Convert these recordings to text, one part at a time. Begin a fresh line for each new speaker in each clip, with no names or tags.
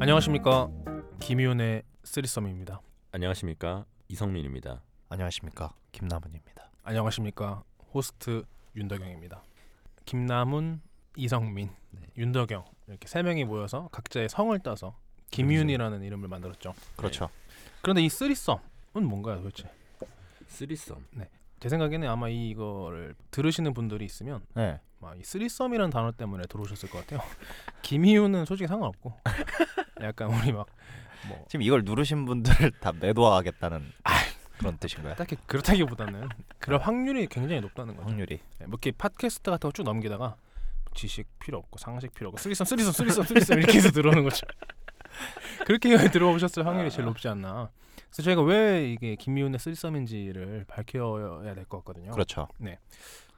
안녕하십니까 김희훈의 쓰리썸입니다.
안녕하십니까 이성민입니다.
안녕하십니까 김남은입니다.
안녕하십니까 호스트 윤덕영입니다. 김남훈, 이성민, 윤덕영 이렇게 세 명이 모여서 각자의 성을 따서 김희훈이라는 이름을 만들었죠.
그렇죠.
그런데 이 쓰리썸은 뭔가요 도대체?
쓰리썸.
제 생각에는 아마 이거를 들으시는 분들이 있으면
네.
아마 이 쓰리썸이라는 단어 때문에 들어오셨을 것 같아요. 김희훈은 솔직히 상관없고 약간 우리 막뭐
지금 이걸 누르신 분들 다 매도하겠다는 그런 뜻인가요?
딱히 그렇다기보다는 그럴 확률이 굉장히 높다는 거죠.
확률이.
네, 뭐 이렇게 팟캐스트 같은 거 쭉 넘기다가 뭐 지식 필요 없고 상식 필요 없고 쓰리썸 쓰리썸 쓰리썸 쓰리썸 이렇게 해서 들어오는 거죠. 그렇게 들어오셨을 확률이
아.
제일 높지 않나. 그래서 저희가 왜 이게 김미훈의 쓰리썸인지를 밝혀야 될 것 같거든요.
그렇죠.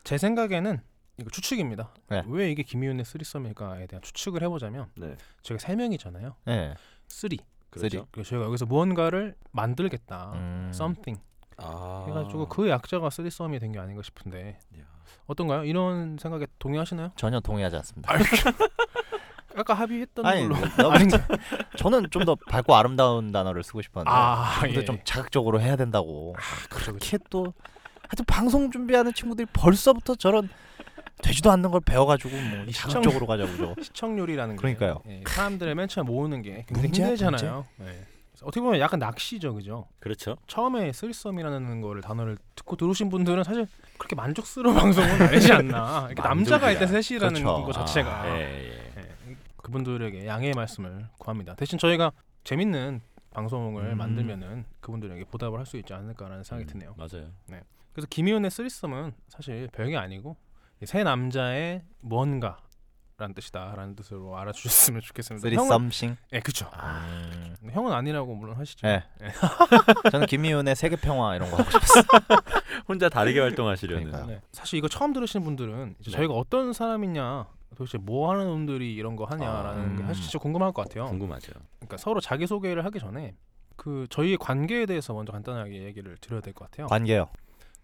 제 생각에는 이거 추측입니다.
네.
왜 이게 김미훈의 쓰리썸일까에 대한 추측을 해보자면
네.
저희가 세 명이잖아요.
네.
쓰리.
그렇죠.
그래서 저희가 여기서 무언가를 만들겠다.
음.
something
아.
해가지고 그 약자가 쓰리썸이 된 게 아닌가 싶은데
야.
어떤가요? 이런 생각에 동의하시나요?
전혀 동의하지 않습니다.
아까 합의했던
아니, 네.
걸로
너- 저는 좀 더 밝고 아름다운 단어를 쓰고 싶었는데
아,
근데
예.
좀 자극적으로 해야 된다고.
그렇죠, 그렇죠.
이렇게 또 하여튼 방송 준비하는 친구들이 벌써부터 저런 되지도 않는 걸 배워가지고 뭐 자극적으로 가자고 저거.
시청률이라는 게
그러니까요.
예, 사람들을 맨 처음 모으는 게 굉장히
문제야,
힘들잖아요. 예. 그래서 어떻게 보면 약간 낚시죠, 그죠?
그렇죠.
처음에 쓰리썸이라는 거를 단어를 듣고 들어오신 분들은 사실 그렇게 만족스러운 방송은 아니지 않나. 이렇게 남자가 일단
만족이다.
셋이라는
그렇죠.
거 자체가
아, 예, 예.
그분들에게 양해의 말씀을 구합니다. 대신 저희가 재밌는 방송을
음.
만들면은 그분들에게 보답을 할 수 있지 않을까라는 생각이
음,
드네요.
맞아요.
그래서 김희훈의 쓰리썸은 사실 별게 아니고 이세 남자의 뭔가라는 뜻이다라는 뜻으로 알아주셨으면 좋겠습니다.
쓰리
형은
썸씽. 아.
예, 그렇죠. 형은 아니라고 물론 하시죠.
네. 음. 저는 김희훈의 세계 평화 이런 거 하고 싶었어요.
혼자 다르게 활동하시려는.
그러니까요.
네. 사실 이거 처음 들으시는 분들은 이제
네.
저희가 어떤 사람이냐, 도대체 뭐 하는 놈들이 이런 거 하냐라는
아, 음.
게 사실 진짜 궁금할 것 같아요.
궁금하죠.
그러니까 서로 자기 소개를 하기 전에 그 저희의 관계에 대해서 먼저 간단하게 얘기를 드려야 될 것 같아요.
관계요.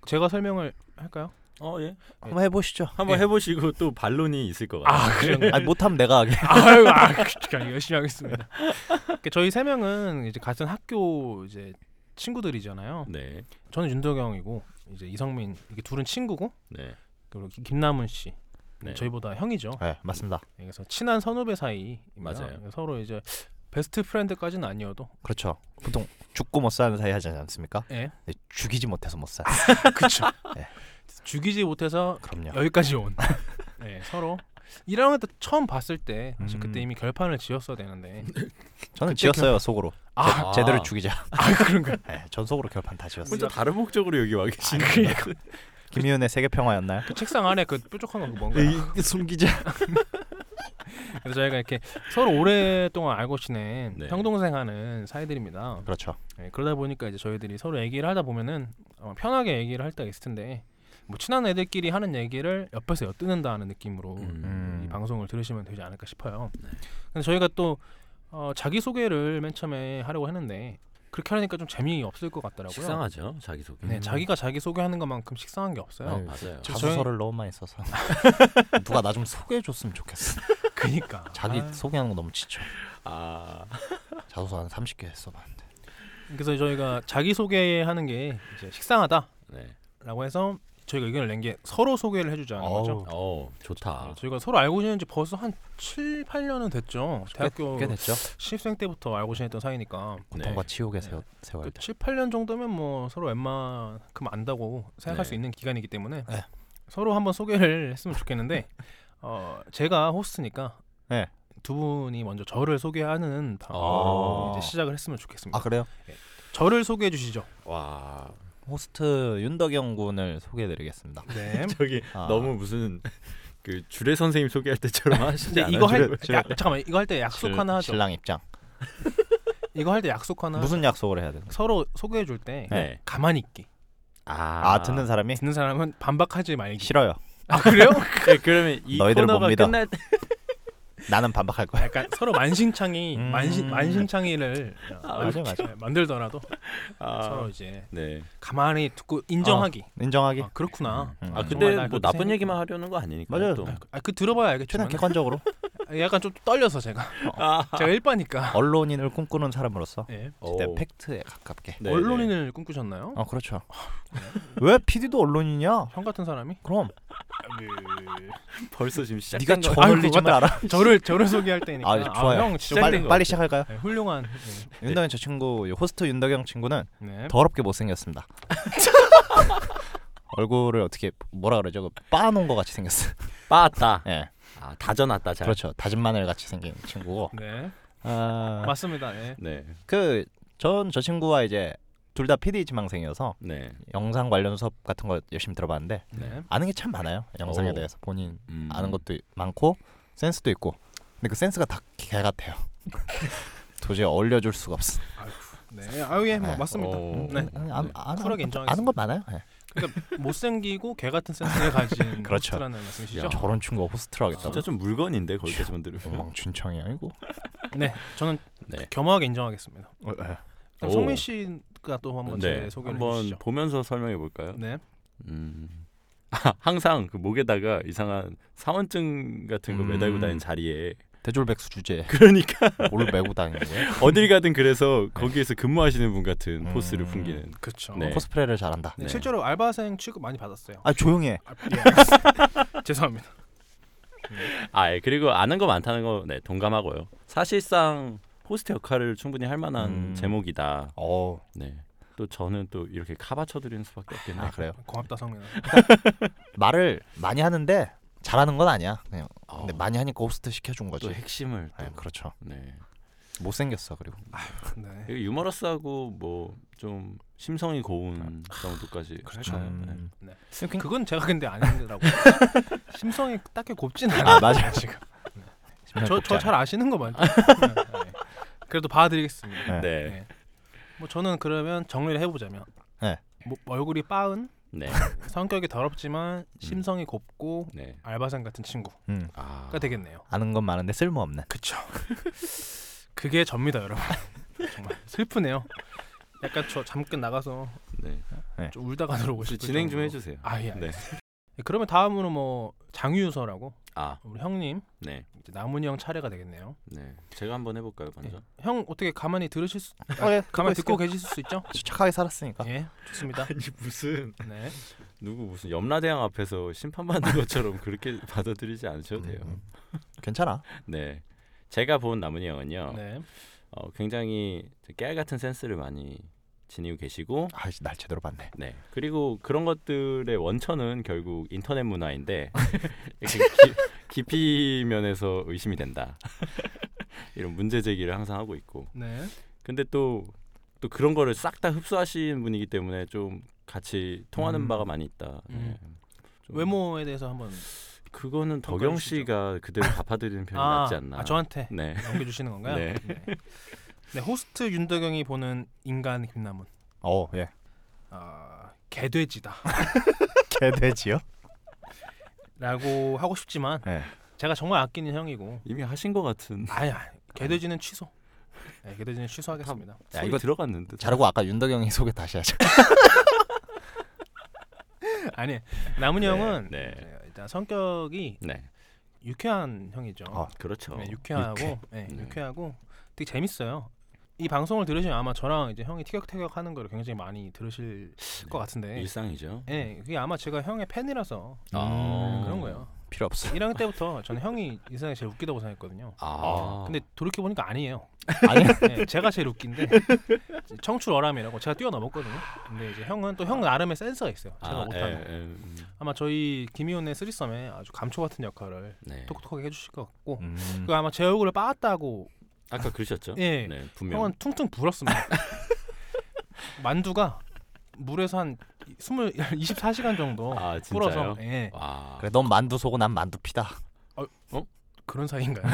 제가 설명을 할까요?
어 예.
예. 한번 해보시죠.
한번
예.
해보시고 또 반론이 있을 것 같아요.
그래요.
아니 못하면 내가 하게.
아유, 아, 그냥 열심히 하겠습니다. 그러니까 저희 세 명은 이제 같은 학교 이제 친구들이잖아요.
네.
저는 윤덕영이고 이제 이성민 이렇게 둘은 친구고
네.
그리고 김- 김남훈 씨
네.
저희보다 형이죠.
네 맞습니다.
예, 그래서 친한 선후배 사이
맞아요.
서로 이제 베스트 프렌드까지는 아니어도
그렇죠. 보통 죽고 못 사는 사이 하지 않습니까?
예,
네, 죽이지 못해서 못 사.
그렇죠.
네.
죽이지 못해서
아, 그럼요.
여기까지 온 네, 서로 1학년 때 처음 봤을 때 사실
음.
그때 이미 결판을 지었어야 되는데 그때
저는 지었어요 속으로.
아,
아.
제대로 죽이자.
아 그런가
네, 전 속으로 결판 다 지었어요.
혼자 다른 목적으로 여기 와 계신.
김희훈의 세계 평화였나요?
그 책상 안에 그 뾰족한 거 그거 뭔가
에이, 숨기자.
그래서 저희가 이렇게 서로 오랫동안 알고 지낸
네.
형동생 하는 사이들입니다
그렇죠.
네, 그러다 보니까 이제 저희들이 서로 얘기를 하다 보면은 아마 편하게 얘기를 할 때가 있을 텐데 뭐 친한 애들끼리 하는 얘기를 옆에서 엿듣는다는 느낌으로
음. 네.
음,
이 방송을 들으시면 되지 않을까 싶어요. 근데 저희가 또 어, 자기 소개를 맨 처음에 하려고 했는데 그렇게 하니까 좀 재미없을 것 같더라고요.
식상하죠 자기 소개.
네, 자기가 자기 소개하는 것만큼 식상한 게 없어요.
아유,
맞아요.
자소서를 너무 많이 써서 누가 나 좀 소개해줬으면 좋겠어.
그니까
자기
아,
소개하는 거 너무 지쳐.
아.
자소서 한 30개 써봤는데.
그래서 저희가 자기 소개하는 게 이제 식상하다라고
네.
해서 저희가 의견을 낸 게 서로 소개를 해주자는 거죠.
어 좋다.
어, 저희가 서로 알고 지낸지 벌써 한 7, 8년은 됐죠. 대학교
꽤 됐죠.
신입생 때부터 알고 지냈던 사이니까
고통과 치욕의
네.
세월. 세월.
그 7, 8년 정도면 뭐 서로 웬만큼 안다고 생각할
네.
수 있는 기간이기 때문에
네.
서로 한번 소개를 했으면 좋겠는데 어, 제가 호스트니까
네.
두 분이 먼저 저를 소개하는
아.
방으로 이제 시작을 했으면 좋겠습니다.
아 그래요?
저를 소개해 주시죠.
와
호스트 윤덕영 군을 소개해드리겠습니다.
네.
저기
아.
너무 무슨 그 주례 선생님 소개할 때처럼 하시지
근데
않아요?
이거 할
주례-
야, 잠깐만 이거 할 때 약속
실-
하나 하죠.
신랑 입장.
이거 할 때 약속 하나.
무슨 약속을 해야 되는? 거야?
서로 소개해 줄 때
네.
가만히 있기.
아,
아, 듣는 사람이
듣는 사람은 반박하지 말기.
싫어요.
아 그래요?
네, 그러면 이
너희들
코너가
못 믿어.
끝날 때
나는 반박할 거야.
약간 서로 만신창이
음.
만신 만신창이를
맞아 맞아.
네, 만들더라도
아,
서로 이제
네.
가만히 듣고 인정하기.
인정하기.
아, 그렇구나.
어, 음.
아
정말
근데
나
뭐
그렇게
나쁜
생각-
얘기만 하려는 거 아니니까
맞아요.
또.
아, 그 들어봐야 알겠지만
최대한 객관적으로.
약간 좀 떨려서 제가
어.
제가 일반니까.
언론인을 꿈꾸는 사람으로서
예.
일단 팩트에 가깝게.
어. 네,
언론인을 꿈꾸셨나요?
어 그렇죠. 왜 PD도 언론인이야?
형 같은 사람이?
그럼
네. 벌써 지금 시작.
네가
거- 아이고,
저널리즘을 알아?
저를 저를 소개할 때니까.
아, 좋아요.
형
좀 빨리
지적된 거.
빨리 시작할까요?
네, 훌륭한. 네.
윤덕현 저 친구 이 호스트 윤덕영 친구는
네.
더럽게 못생겼습니다. 얼굴을 어떻게 뭐라 그러죠? 그 빻아놓은 것 같이 생겼어.
빠았다.
예,
아, 다져놨다 잘.
그렇죠. 다진 마늘 같이 생긴 친구고.
네.
아,
맞습니다. 네.
네,
그전 저 친구와 이제 둘 다 PD 지망생이어서
네,
영상 관련 수업 같은 거 열심히 들어봤는데
네.
아는 게 참 많아요. 영상에
오.
대해서 본인
음.
아는 것도 많고 센스도 있고. 근데 그 센스가 다 개 같아요. 도저히 어울려줄 수가 없어.
네. 아유 예, 뭐
네.
맞습니다.
오.
네.
아니, 안- 안-
쿨하게
안-
인정하겠습니다.
아는 건 많아요. 예.
못생기고 개 같은 센스를 가진
그렇죠.
호스트라는 말씀이시죠?
야.
저런 친구가 호스트를 하겠다고.
진짜 좀 물건인데 거기까지
어,
만들면.
엉망진창이야 이거.
네, 저는
네.
겸허하게 인정하겠습니다. 그럼
오.
성민 씨가 또 한번 제
네,
소개를
한번
해주시죠.
보면서 설명해 볼까요?
네,
음. 아, 항상 그 목에다가 이상한 사원증 같은 거
음.
매달고 다니는 자리에
대졸백수 주제
그러니까
뭘 메고 다니는 거예요?
어딜 가든 그래서 거기에서 근무하시는 분 같은
음.
포스를 풍기는
그렇죠.
네.
코스프레를 잘한다.
네.
실제로 알바생 취급 많이 받았어요.
아 조용해.
아, 예. 죄송합니다.
아 예, 그리고 아는 거 많다는 거 네, 동감하고요 사실상 호스트 역할을 충분히 할 만한
음.
제목이다
어.
네. 또 저는 또 이렇게 카바쳐드리는 수밖에 없겠네요
아 그래요.
고맙다 성민아.
말을 많이 하는데 잘하는 건 아니야. 그냥
어,
근데 많이 하니까 호스트 시켜준 거지.
또 핵심을 또,
네, 그렇죠.
네.
못 생겼어 그리고.
네.
되게 유머러스하고 뭐 좀 심성이 고운 정도까지
그렇죠.
네.
아, 음.
네.
그냥
그건 제가 근데 아니라고. 심성이 딱히 곱진
아
않아요.
맞아.
지금.
심장
저
곱지
저 잘 아시는 거 맞죠? 네. 그래도 봐드리겠습니다.
않아요. 네.
네.
네. 뭐 저는 그러면 정리를 해보자면,
네.
뭐 얼굴이 빠은,
네.
성격이 더럽지만
음.
심성이 곱고
네.
알바생 같은 친구가
음.
아.
되겠네요.
아는 건 많은데 쓸모 없는.
그쵸. 그게 접니다, 여러분. 정말 슬프네요. 약간 저 잠깐 나가서 어?
네.
좀 울다가 들어오고
혹시
싶을
진행 좀
정도로.
해주세요.
아 예.
네.
그러면 다음으로 뭐 장유서라고
아,
우리 형님
네,
이제 남훈이 형 차례가 되겠네요. 예.
네. 제가 한번 해볼까요,
네.
먼저?
형 어떻게 가만히 들으실 수,
어, 예,
가만히 듣고
듣고
계실 수 있죠?
있을게요. 착하게 살았으니까.
예, 좋습니다.
아. 아니 무슨
네.
누구 무슨 염라대왕 앞에서 심판받는 것처럼 그렇게 받아들이지 않으셔도 돼요.
음, 괜찮아.
네, 제가 본 남은이 형은요,
네.
어, 굉장히 깨알 같은 센스를 많이 지니고 계시고,
아날 제대로 봤네.
네. 그리고 그런 것들의 원천은 결국 인터넷 문화인데 이렇게 기- 깊이 면에서 의심이 된다. 이런 문제 제기를 항상 하고 있고.
네.
근데 또, 또 그런 거를 싹 다 흡수하신 분이기 때문에 좀 같이 통하는
음.
바가 많이 있다.
음.
네. 좀
외모에 대해서 한번
그거는
평가해
덕영
주시죠.
씨가 그대로 갚아드리는 편이 낫지 않나.
아, 저한테
네.
넘겨 주시는 건가요?
네.
네. 네, 호스트 윤덕영이 보는 인간 김남훈.
어 예.
아, 개돼지다.
개돼지요?
라고 하고 싶지만
예.
제가 정말 아끼는 형이고
이미 하신 것 같은.
아야 개돼지는 취소. 네, 개돼지는 취소하겠습니다.
야,
이거
이거 들어갔는데.
자르고 아까 윤덕영이 소개 다시 하자.
아니 남은 이
네,
형은
네.
이제 일단 성격이
네.
유쾌한 형이죠.
아,
그렇죠.
네, 유쾌하고
유쾌.
네,
네.
유쾌하고 되게 재밌어요. 이 방송을 들으시면 아마 저랑 이제 형이 티격태격하는 걸 굉장히 많이 들으실 것 같은데,
네. 일상이죠.
예, 그게 아마 제가 형의 팬이라서
아.
그런 거예요.
필요 없어.
1학년 때부터 저는 형이 인생에 제일 웃기다고 생각했거든요.
아.
근데 돌이켜 보니까 아니에요.
아니
네, 제가 제일 웃긴데 청출어람이라고 제가 뛰어넘었거든요. 근데 이제 형은 또 형 나름의 센스가 있어요. 제가
아,
못하는.
예, 예, 음,
아마 저희 김희훈의 쓰리썸에 아주 감초 같은 역할을
네.
톡톡하게 해주실 것 같고
음,
그 아마 제 얼굴을 빠았다고
아까 그러셨죠?
예
네, 분명.
형은 퉁퉁 불었습니다. 만두가 물에서 한 20, 24시간 정도
아, 진짜요?
불어서 예.
와.
그래 넌 만두소고 난 만두피다.
그런 사이인가요?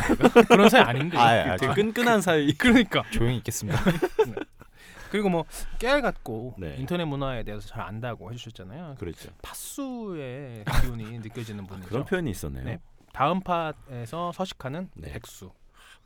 그런 사이 아닌데 그,
아, 예, 아,
되게 끈끈한 사이.
그러니까
조용히 있겠습니다.
그리고 뭐 깨알 같고
네.
인터넷 문화에 대해서 잘 안다고 해주셨잖아요.
그렇죠.
파수의 기운이 느껴지는 분이죠.
아, 그런 표현이 있었네요.
네. 다음 팟에서 서식하는
네.
백수.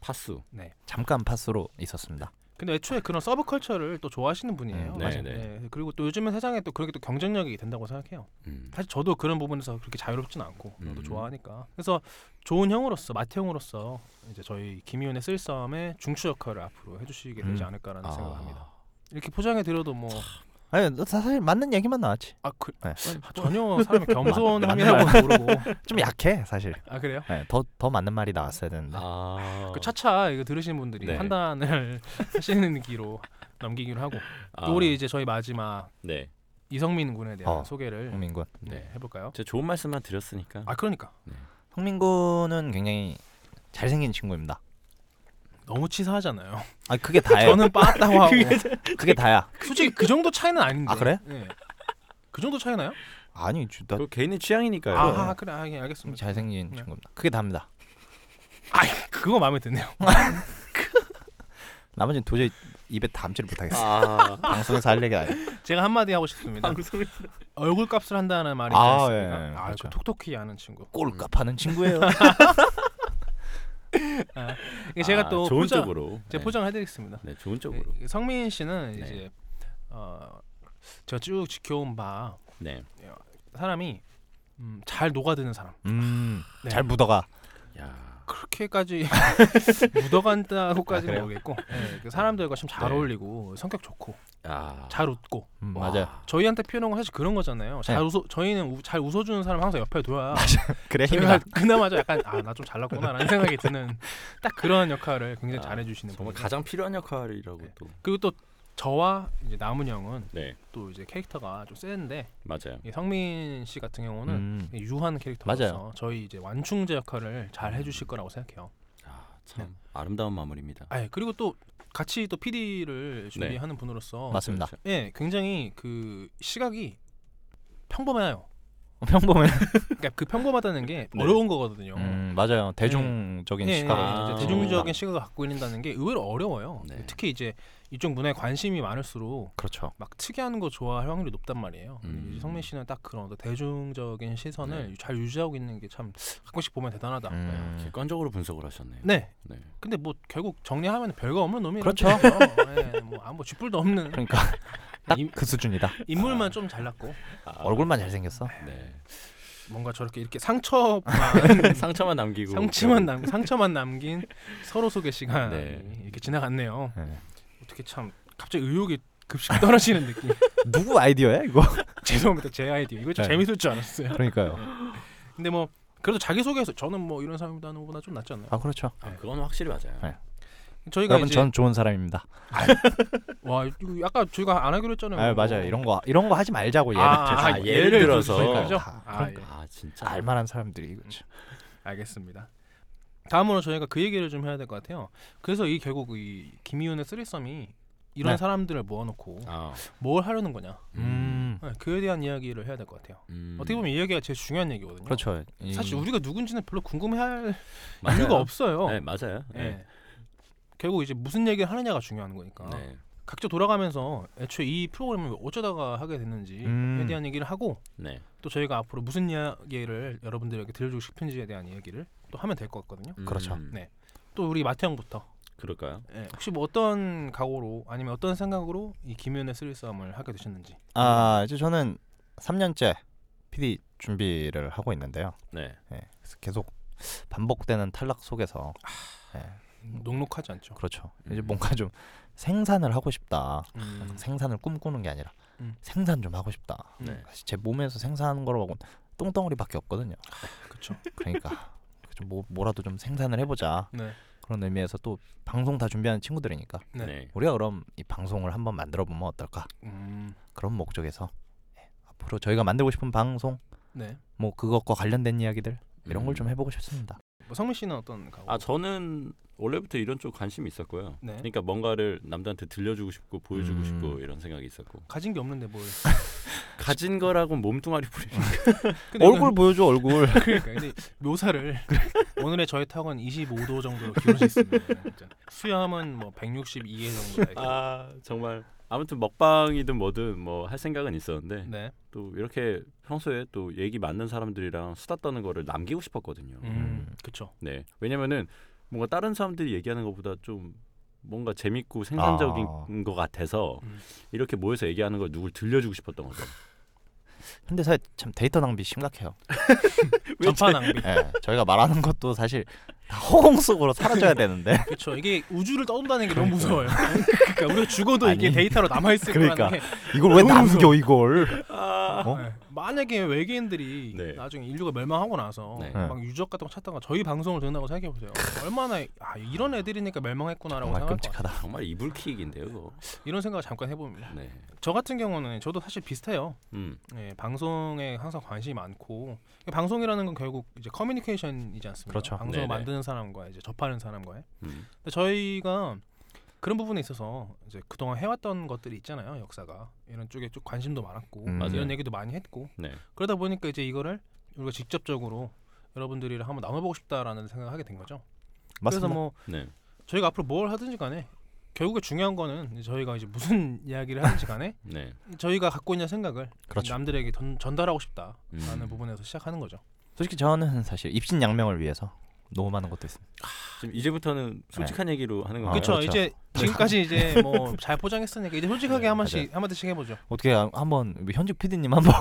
파수.
네.
잠깐 파스로 있었습니다.
근데 애초에 그런 서브 컬처를 또 좋아하시는 분이에요.
음, 네,
맞아요.
네.
네. 그리고 또 요즘은 세상에 또 그렇게 또 경쟁력이 된다고 생각해요.
음.
사실 저도 그런 부분에서 그렇게 자유롭진 않고 저도
음.
좋아하니까 그래서 좋은 형으로서 마태형으로서 이제 저희 김희훈의 쓸싸움의 중추 역할을 앞으로 해주시게 되지
음.
않을까라는
아.
생각합니다. 이렇게 포장해 드려도 뭐
아니 예, 너 사실 맞는 얘기만 나왔지.
아, 그,
네.
아, 전혀 사람의 겸손함이라고 모르고
좀 약해 사실.
아 그래요?
네, 더, 더 맞는 말이 나왔어야 되는데.
아.
그 차차 이거 들으신 분들이
네.
판단을 하시는 기로 넘기기로 하고
아,
또 우리 이제 저희 마지막
네.
이성민 군에 대한
어.
소개를
홍민군.
네, 해볼까요?
저 좋은 말씀만 드렸으니까.
아 그러니까
홍민군은 굉장히 잘생긴 친구입니다.
너무 치사하잖아요.
아 그게 다예요.
저는 빠았다고 어. 하고
그게 다야.
솔직히 그 정도 차이는 아닌데.
아, 그래?
네. 그 정도 차이나요?
아니 저- 나
그 개인의 취향이니까요.
아 그래 아, 예, 알겠습니다.
잘생긴
네.
친구입니다. 그게 답니다.
아 그거 마음에 드네요.
나머지는 도저히 입에 담지를 못하겠어.
아.
방송에서 할 얘기 아니야.
제가 한마디 하고 싶습니다.
방송에
얼굴 값을 한다는 말이
아,
있지
예,
않습니까?
예,
아,
그렇죠.
그 톡톡히 아는 친구.
꼴값하는 친구예요.
이게 제가 또
아, 좋은
포장,
쪽으로.
제가
네.
포장해드리겠습니다.
네, 좋은
네,
쪽으로.
이게 성민 씨는
네.
이제 어, 제가 쭉 지켜온 바
네.
사람이 음, 잘 녹아드는 사람.
음,
네.
잘 묻어가.
야.
그렇게까지 묻어간다고까지는
아, 그래요?
모르겠고 네, 그 사람들과 좀 잘
네.
어울리고 성격 좋고
아.
잘 웃고
음,
와.
맞아요.
저희한테 필요한 건 사실 그런 거잖아요. 잘
네.
웃어 저희는 우, 잘 웃어주는 사람 항상 옆에 둬야
그래 힘이다.
저희가 그나마 좀 약간 아 나 좀 잘났구나라는 생각이 드는 딱 그런 역할을 굉장히
아,
잘해주시는
정말
분.
가장 필요한 역할이라고
네.
또.
그리고 또 저와 이제 남은 형은
네.
또 이제 캐릭터가 좀 센데
맞아요.
이 성민 씨 같은 경우는
음,
유한 캐릭터로서
맞아요. 음.
저희 이제 완충제 역할을 잘 해주실 거라고 생각해요.
아, 참 아름다운 마무리입니다.
아 예, 그리고 또 같이 또 PD를 준비하는 분으로서
네. 맞습니다.
그렇죠.
예 굉장히 그 시각이 평범해요. 그렇죠.
평범해.
그러니까 그 평범하다는 게
네.
어려운 거거든요.
음, 맞아요. 대중적인
네. 예,
시각.
아,
예, 이제
음.
대중적인 시각을 갖고 있는다는 게 의외로 어려워요.
네.
특히 이제 이쪽 문화에 관심이 많을수록
그렇죠.
막 특이한 거 좋아할 확률이 높단 말이에요.
음.
근데 이제 성민 씨는 딱 그런 어떤 대중적인 시선을 잘 유지하고 있는 게 참 가끔씩 보면 대단하다.
네,
네. 음,
객관적으로 분석을 하셨네요.
네.
네.
근데 뭐 결국 정리하면 별거 없는 놈이에요.
그렇죠.
예, 뭐 아무 쥐뿔도 없는
그러니까 딱 그 수준이다.
인물만 좀 잘났고
아,
얼굴만 잘생겼어.
네.
뭔가 저렇게 이렇게 상처만
상처만 남기고
상처만 남 상처만 남긴 서로 소개 시간
네.
이렇게 지나갔네요.
네.
어떻게 참 갑자기 의욕이 급식 떨어지는 느낌.
누구 아이디어야 이거?
죄송합니다 제 아이디어. 이거 좀
네.
재밌을 줄 알았어요.
그러니까요.
근데 뭐 그래도 자기 소개해서 저는 뭐 이런 사람이다 하는 것보다 좀 낫지 않나요?
아 그렇죠.
아, 그건 확실히 맞아요.
네.
저희가
여러분
이제
전 좋은 사람입니다.
와 이거 아까 저희가 안 하기로 했잖아요.
아
이거.
맞아요. 이런 거 이런 거 하지 말자고 얘를
뭐.
그러니까.
아,
아,
아,
아,
예를,
예를
들어서
들어서.
그죠?
다
아,
그런
예.
아, 진짜.
알만한 사람들이 그렇죠.
알겠습니다. 다음으로 저희가 그 얘기를 좀 해야 될 것 같아요. 그래서 이 결국 이 김희훈의 쓰리썸이 이런
네.
사람들을 모아놓고
아.
뭘 하려는 거냐
음.
네, 그에 대한 이야기를 해야 될 것 같아요.
음.
어떻게 보면 이 이야기가 제일 중요한 얘기거든요.
그렇죠. 이-
사실 우리가 누군지는 별로 궁금해할
맞아요.
이유가 없어요.
네, 맞아요.
예.
네.
결국 이제 무슨 얘기를 하느냐가 중요한 거니까
네.
각자 돌아가면서 애초에 이 프로그램을 어쩌다가 하게 됐는지에
음.
대한 얘기를 하고
네.
또 저희가 앞으로 무슨 이야기를 여러분들에게 들려주고 싶은지에 대한 이야기를 또 하면 될 것 같거든요.
음,
그렇죠.
네. 또 우리 마태 형부터
그럴까요?
예, 혹시 뭐 어떤 각오로 아니면 어떤 생각으로 이 김윤의 쓰리썸을 하게 되셨는지
아 이제 저는 3년째 PD 준비를 하고 있는데요.
네.
그래서 계속 반복되는 탈락 속에서 음.
녹록하지 않죠.
그렇죠. 이제
음.
뭔가 좀 생산을 하고 싶다.
음,
생산을 꿈꾸는 게 아니라
음.
생산 좀 하고 싶다.
네.
사실 제 몸에서 생산하는 거로 하고 똥덩어리밖에 없거든요.
그렇죠.
그러니까 좀 뭐, 뭐라도 좀 생산을 해보자
네,
그런 의미에서 또 방송 다 준비하는 친구들이니까
네.
네.
우리가 그럼 이 방송을 한번 만들어 보면 어떨까
음,
그런 목적에서 예, 앞으로 저희가 만들고 싶은 방송
네.
뭐 그것과 관련된 이야기들 이런 걸 좀
음.
해보고 싶습니다.
뭐 성민 씨는 어떤 각오?
아, 저는 원래부터 이런 쪽 관심이 있었고요.
네.
그러니까 뭔가를 남들한테 들려주고 싶고 보여주고
음.
싶고 이런 생각이 있었고
가진 게 없는데 뭘?
가진 거라고 몸뚱아리 부리는
근데
얼굴 보여줘 얼굴.
이건- 그러니까 근데 묘사를 오늘의 저의 턱은 25도 정도로 기울어져 있습니다. 진짜. 수염은 뭐 162개 정도. 아,
아 정말 아무튼 먹방이든 뭐든 뭐 할 생각은 있었는데
네.
또 이렇게 평소에 또 얘기 맞는 사람들이랑 수다 떠는 거를 남기고 싶었거든요.
음, 그렇죠.
네 왜냐면은 뭔가 다른 사람들이 얘기하는 것보다 좀 뭔가 재밌고 생산적인
아.
것 같아서
음.
이렇게 모여서 얘기하는 걸 누굴 들려주고 싶었던 거죠.
현대사회 참 데이터 낭비 심각해요.
전파 낭비.
예, 저희가 말하는 것도 사실 다 허공 속으로 사라져야 되는데
그렇죠. 이게 우주를 떠돈다는 게 너무 무서워요. 그러니까 우리가 죽어도 이게
아니.
데이터로 남아 있을
그러니까.
거라는 게
이걸 왜
너무
남겨 이걸? 어?
네. 만약에 외계인들이
네.
나중에 인류가 멸망하고 나서
네.
막 유적 같은 거 찾다가 저희 방송을 듣는다고 생각해 보세요. 얼마나 아 이런 애들이니까 멸망했구나라고
정말
생각할 것 같아요.
끔찍하다.
정말 이불킥인데요, 그거.
이런 생각을 잠깐 해봅니다.
네.
저 같은 경우는 저도 사실 비슷해요.
음.
예, 방송에 항상 관심이 많고 방송이라는 건 결국 이제 커뮤니케이션이지 않습니까?
그렇죠.
방송을
네네.
만드는 사람과 이제 접하는 사람과의.
음.
근데 저희가 그런 부분에 있어서 이제 그동안 해왔던 것들이 있잖아요. 역사가 이런 쪽에 좀 관심도 많았고
음.
맞아요.
이런 얘기도 많이 했고
네.
그러다 보니까 이제 이거를 우리가 직접적으로 여러분들이랑 한번 나눠보고 싶다라는 생각을 하게 된 거죠. 그래서
맞습니다.
뭐
네.
저희가 앞으로 뭘 하든지 간에 결국에 중요한 거는 이제 저희가 이제 무슨 이야기를 하든지 간에
네.
저희가 갖고 있는 생각을
그렇죠.
남들에게 전, 전달하고 싶다라는 뭐
음.
부분에서 시작하는 거죠.
솔직히 저는 사실 입신양명을 위해서 녹음하는 것도 있습니다.
지금 이제부터는 솔직한 얘기로 하는 건가요?
아,
그렇죠.
그렇죠.
이제 지금까지 이제 뭐 잘 포장했으니까 이제 솔직하게
네,
한 번씩 한 마디씩 해보죠.
어떻게 한- 한번 우리 현직 PD님 한번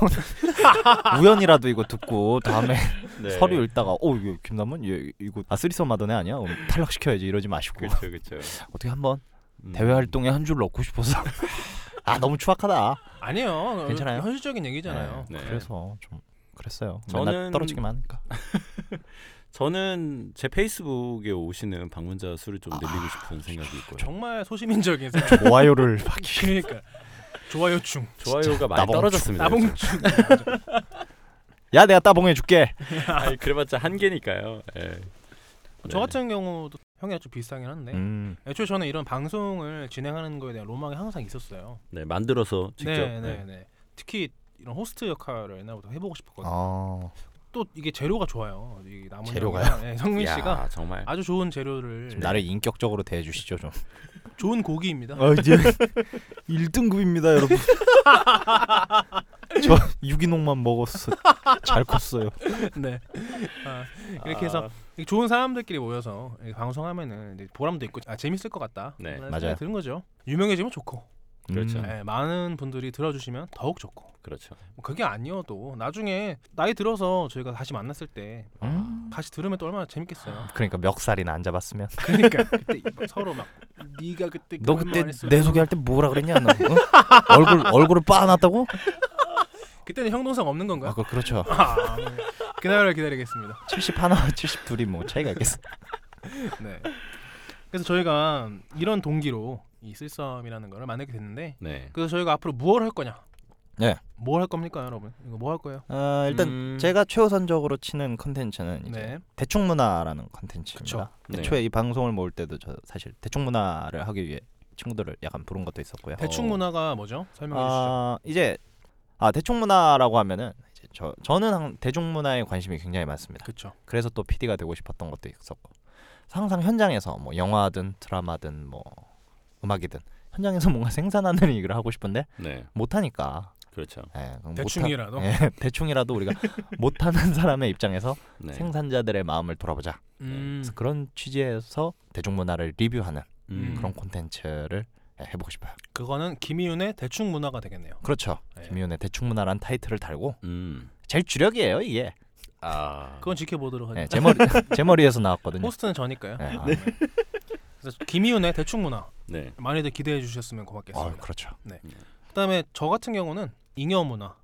우연이라도 이거 듣고 다음에
네.
서류 읽다가 어 이거 김남은 얘 이거 아 쓰리썸 하던 애 아니야? 어, 탈락시켜야지 이러지 마시고
그렇죠, 그렇죠.
어떻게 한번
음.
대외 활동에 한 줄 넣고 싶어서 아 너무 추악하다.
아니에요.
괜찮아요?
현실적인 얘기잖아요.
네.
그래서 좀 그랬어요.
저는-
맨날 떨어지기만 하니까.
저는 제 페이스북에 오시는 방문자 수를 좀 늘리고 싶은 생각이 있고요.
아,
뭐
정말 소시민적인 생각.
모아요를 네, 받기.
그러니까 좋아요 충,
좋아요가 많이
나봉충.
떨어졌습니다.
나봉 충.
야 내가 따봉해 줄게.
아, 그래봤자 한 개니까요. 예.
저
네.
같은 경우도 형이랑 좀 비슷하긴 한데
음.
애초에 저는 이런 방송을 진행하는 거에 대한 로망이 항상 있었어요.
네, 만들어서 직접.
네, 네, 네. 특히 이런 호스트 역할을 옛날부터 해보고 싶었거든요.
어.
또 이게 재료가 좋아요. 이 남은
재료가요?
형이랑, 네, 성민
야,
씨가
정말
아주 좋은 재료를
좀 나를 인격적으로 대해 주시죠 좀.
좋은 고기입니다.
네. 어 이제 1등급입니다 여러분. 저 유기농만 먹었어. 잘 컸어요.
네. 아, 이렇게 해서 이렇게 좋은 사람들끼리 모여서 이렇게 방송하면은 이제 보람도 있고 아, 재밌을 것 같다.
네,
그런
맞아요. 음.
생각이 드는 거죠. 유명해지면 좋고
그렇죠.
네, 많은 분들이 들어주시면 더욱 좋고
그렇죠.
뭐 그게 아니어도 나중에 나이 들어서 저희가 다시 만났을 때
음.
다시 들으면 또 얼마나 재밌겠어요.
그러니까 멱살이나 안 잡았으면.
그러니까 그때 막 서로 막 네가 그때
너
그런
아, 그때
말 했어.
내 소개할 때 뭐라 그랬냐 너? 어? 얼굴 얼굴을 빠놨다고?
그때는 형 동생 없는 건가요?
아 그, 그렇죠.
아, 네. 그날을 기다리겠습니다.
70 하나 70 둘이 뭐 차이가 있겠어.
네. 그래서 저희가 이런 동기로 이 쓸썸이라는 거를 만들게 됐는데
네.
그래서 저희가 앞으로 무엇을 할 거냐?
네.
뭘 할 겁니까, 여러분? 이거 뭐 할 거예요?
아 일단
음,
제가 최우선적으로 치는 컨텐츠는 이제 어.
네.
대충 문화라는 컨텐츠입니다.
네.
애초에 이 방송을 모을 때도 저 사실 대충 문화를 하기 위해 친구들을 약간 부른 것도 있었고요.
대충 문화가 뭐죠? 네, 설명해 주시죠.
아 이제 아 대충 문화라고 하면은 이제 저 저는 항- 대중 문화에 관심이 굉장히 많습니다.
그렇죠.
그래서 또 PD가 되고 싶었던 것도 있었고 항상 현장에서 뭐 영화든 드라마든 뭐 음악이든 현장에서 뭔가 생산하는 일을 하고 싶은데
네.
못 하니까 예,
그렇죠.
대충이라도?
대충이라도 우리가 못 하는 사람의 입장에서
네.
생산자들의 마음을 돌아보자.
음,
그래서 그런 취지에서 대중 문화를 리뷰하는
음,
그런 콘텐츠를 예, 해보고 싶어요.
그거는 김희윤의 대충 문화가 되겠네요.
그렇죠.
네.
김윤의 대충 문화란 타이틀을 달고
음.
제일 주력이에요 이게.
아.
그건 지켜보도록 하죠.
예, 제 머리 제 머리에서 나왔거든요.
어, 호스트는 저니까요.
예, 아,
그래서 김희윤의 대충 문화
네.
많이들 기대해 주셨으면
어,
고맙겠습니다.
그렇죠.
그다음에 저 같은 경우는 잉여 문화,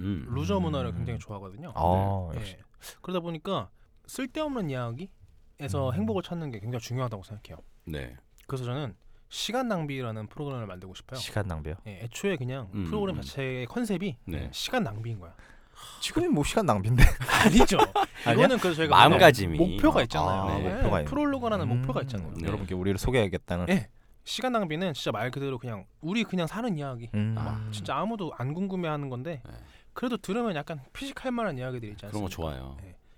음.
루저
음.
문화를 굉장히 좋아하거든요.
어,
예.
역시.
그러다 보니까 쓸데없는 이야기에서
음.
행복을 찾는 게 굉장히 중요하다고 생각해요.
네.
그래서 저는 시간 낭비라는 프로그램을 만들고 싶어요.
시간 낭비요.
예, 애초에 그냥
음,
프로그램
음.
자체의 컨셉이
네.
시간 낭비인 거야.
지금이 뭐 시간 낭비인데.
아니죠.
아니야?
이거는 그래서 저희가
마음가짐이
목표가
어,
있잖아요.
아,
예,
목표가 있는-
프롤로그라는 목표가 있잖아요.
네.
여러분께 우리를 소개해야겠다는.
음, 예. 시간 낭비는 진짜 말 그대로 그냥 우리 그냥 사는 이야기.
음.
아,
진짜 아무도 안 궁금해하는 건데
네.
그래도 들으면 약간 피식할 만한 이야기들이 있지
그런 거
않습니까?
좋아요.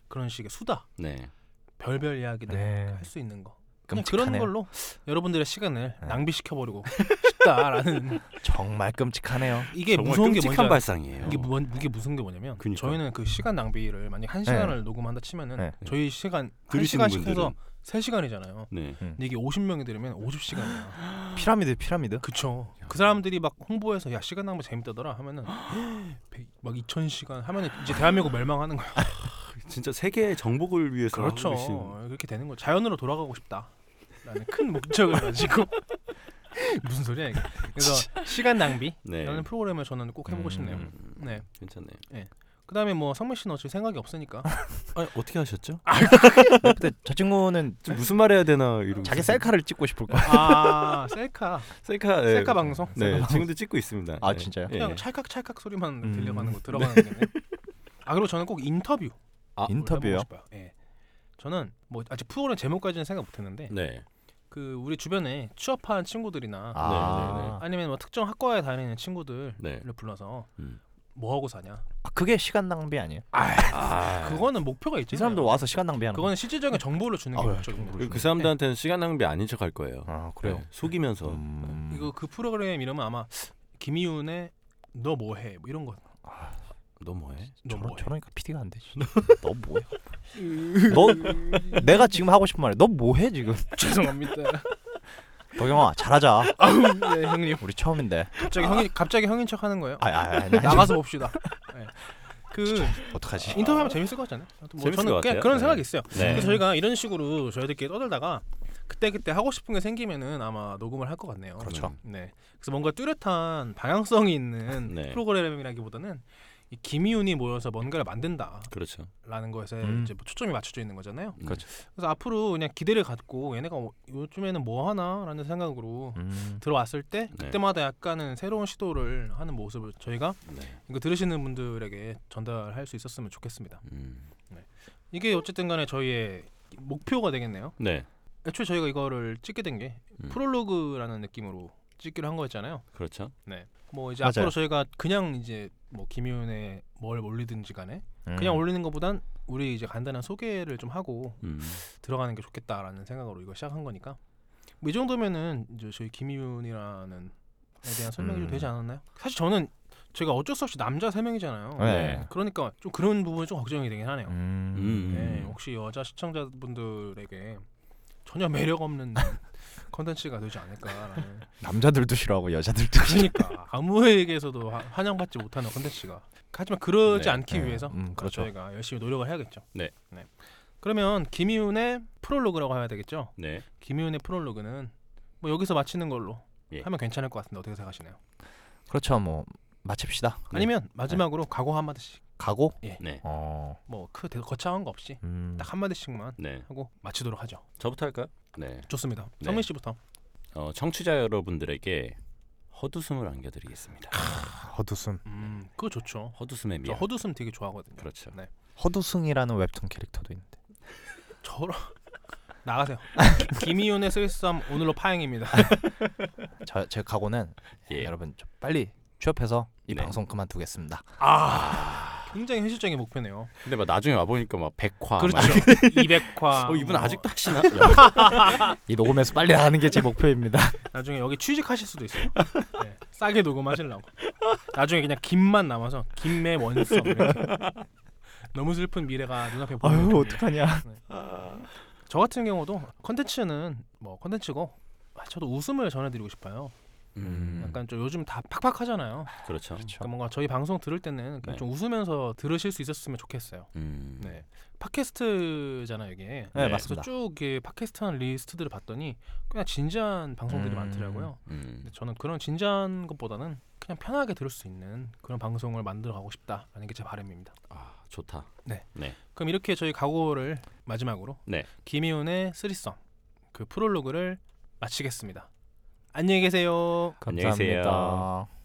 그런 식의 수다,
네.
별별 이야기들
네.
할 수 있는 거 그냥
끔찍하네요.
그런 걸로 여러분들의 시간을
네.
낭비시켜 버리고 싶다라는
정말 끔찍하네요.
이게
정말
무서운 게
끔찍한
뭔지 알아요?
발상이에요.
이게 무 이게 무슨 게 뭐냐면
어. 그니까.
저희는 그 시간 낭비를 만약 한 시간을 녹음한다 치면은
네.
저희 시간 한
들으시는
시간씩 해서
분들은.
세 시간이잖아요.
네.
근데 이게 50명이 들으면
아.
50시간이야.
피라미드 피라미드.
그쵸. 그 사람들이 막 홍보해서 야 시간 낭비 재밌다더라 하면은 백- 막 2,000시간 하면은 이제 대한민국 멸망하는 거야.
진짜 세계의 정복을 위해서
그렇죠.
하고 계신
그렇게 되는 거. 자연으로 돌아가고 싶다. 라는 큰 목적을 가지고 무슨 소리야 이게. 그래서 시간 낭비
네.
라는 프로그램을 저는 꼭 해보고 싶네요.
음,
네.
괜찮네요.
그다음에 뭐 성민 씨는 어차피 생각이 없으니까
아니, 어떻게 하셨죠?
근데 저 친구는
지금 무슨 말 해야 되나 이러고
자기
있었는데.
셀카를 찍고 싶을 거야.
아 셀카
셀카 네.
그렇죠.
셀카 방송
네, 지금도 찍고 있습니다.
아,
네.
진짜요?
그냥
예.
찰칵찰칵 소리만
음.
들려가는 거 들어가는 거네. 아 그리고 저는 꼭 인터뷰
아,
인터뷰요.
싶어요. 예. 저는 뭐 아직 프로그램 제목까지는 생각
음.
못했는데
네.
그 우리 주변에 취업한 친구들이나 아.
네, 네, 네.
아,
니면뭐 특정 학과에 다니는 친구들을
네.
불러서
음.
뭐 하고 사냐.
아, 그게 시간 낭비 아니에요?
아,
그거는 목표가 있지.
이 사람도 와서 시간 낭비하는
네.
거.
그거는 실질적인 정보를 주는 게
아, 왜
목적인 거죠.
그 사람들한테는 시간 낭비 아닌 척 할 거예요.
아
네, 속이면서
음...
이거 그 프로그램 이름은 아마 김희윤의 너 뭐해 뭐 이런 거.
너 뭐해?
너
저러,
뭐해.
저러니까 PD가 안 되지. 너 뭐야? 너 내가 지금 하고 싶은 말이 너 뭐해 지금?
죄송합니다.
덕영아 잘하자.
아우 네, 형님.
우리 처음인데.
갑자기 형이 갑자기 형인 척 하는 거예요.
아, 아, 아, 아니, 아니,
나가서 봅시다. 네. 그
어떡하지?
인터뷰하면 재밌을 것 같잖아요. 아무튼 뭐
재밌을
저는
것
그냥
같아요.
그런
네.
생각이 있어요.
네.
그래서 저희가 이런 식으로 저희들끼리 떠들다가 그때 그때 하고 싶은 게 생기면은 아마 녹음을 할 것 같네요.
그렇죠.
네. 그래서 뭔가 뚜렷한 방향성이 있는
네.
프로그램이라기보다는 이 김이윤이 모여서 뭔가를 만든다라는
그렇죠.
것에
음.
이제 뭐 초점이 맞춰져 있는 거잖아요.
네.
그렇죠.
그래서 앞으로 그냥 기대를 갖고 얘네가 뭐- 요즘에는 뭐 하나라는 생각으로
음,
들어왔을 때
네.
그때마다 약간은 새로운 시도를 하는 모습을 저희가
네.
이거 들으시는 분들에게 전달할 수 있었으면 좋겠습니다.
음.
이게 어쨌든 간에 저희의 목표가 되겠네요.
네.
애초에 저희가 이거를 찍게 된 게
음.
프롤로그라는 느낌으로 찍기로 한 거였잖아요.
그렇죠.
뭐 이제
맞아요.
앞으로 저희가 그냥 이제 뭐 김윤의 뭘 올리든지 간에
음.
그냥 올리는 것보단 우리 이제 간단한 소개를 좀 하고
음.
들어가는 게 좋겠다라는 생각으로 이거 시작한 거니까 뭐 이 정도면은 이제 저희 김윤이라는 에 대한 설명이 좀
음.
되지 않았나요? 사실 저는 제가 어쩔 수 없이 남자 세 명이잖아요.
네.
그러니까 좀 그런 부분이 좀 걱정이 되긴 하네요.
음.
음.
네, 혹시 여자 시청자분들에게 전혀 매력 없는 컨텐츠가 되지 않을까라는
남자들도 싫어하고 여자들도 싫어.
그러니까 아무에게서도 화- 환영받지 못하는 컨텐츠가 하지만 그러지
네,
않기
네,
위해서
음, 그렇죠.
저희가 열심히 노력을 해야겠죠.
네.
그러면 김희훈의 프롤로그라고 해야 되겠죠.
네.
김희훈의 프롤로그는 뭐 여기서 마치는 걸로
예.
하면 괜찮을 것 같은데 어떻게 생각하시나요?
그렇죠. 뭐 마칩시다.
네.
아니면 마지막으로 각오 한 마디씩
가고.
네.
어.
뭐그 거창한 거 없이
음.
딱 한 마디씩만
네.
하고 마치도록 하죠.
저부터 할까요? 네.
좋습니다.
네.
성민 씨부터.
어, 청취자 여러분들에게 헛웃음을 안겨드리겠습니다.
허두순.
음, 그거 좋죠.
헛웃음의
저
네. 미학.
헛웃음 되게 좋아하거든요.
그렇죠.
네.
허두승이라는 웹툰 캐릭터도 있는데.
저러 나가세요. 김희윤의 스위스함 오늘로 파행입니다.
저, 제 각오는
예.
아, 여러분 좀 빨리 취업해서 이
네.
방송 그만두겠습니다.
아.
굉장히 현실적인 목표네요.
근데 막 나중에 와 보니까 막 백화.
그렇죠.
막
200화.
아, 어, 이분
뭐,
아직도 하시나?
이 녹음해서 빨리 나가는 게 제 목표입니다.
나중에 여기 취직하실 수도 있어요. 네, 싸게 녹음하시려고. 나중에 그냥 김만 남아서 김의 원성. 이렇게. 너무 슬픈 미래가 눈앞에 보여요.
아유 어떡하냐.
저 같은 경우도 컨텐츠는 뭐 컨텐츠고 아, 저도 웃음을 전해드리고 싶어요.
음.
약간 좀 요즘 다 팍팍하잖아요.
그렇죠.
그러니까 뭔가 저희 방송 들을 때는 그냥
네.
좀 웃으면서 들으실 수 있었으면 좋겠어요.
음.
네 팟캐스트잖아요 이게.
네,
네.
그래서
맞습니다.
쭉 이렇게 팟캐스트 한 리스트들을 봤더니 그냥 진지한 방송들이
음.
많더라고요.
음.
근데 저는 그런 진지한 것보다는 그냥 편하게 들을 수 있는 그런 방송을 만들어 가고 싶다라는 게 제 바람입니다.
아, 좋다.
그럼 이렇게 저희 각오를 마지막으로
네.
김희훈의 쓰리썸 그 프롤로그를 마치겠습니다. 안녕히 계세요.
안녕히 계세요.
감사합니다.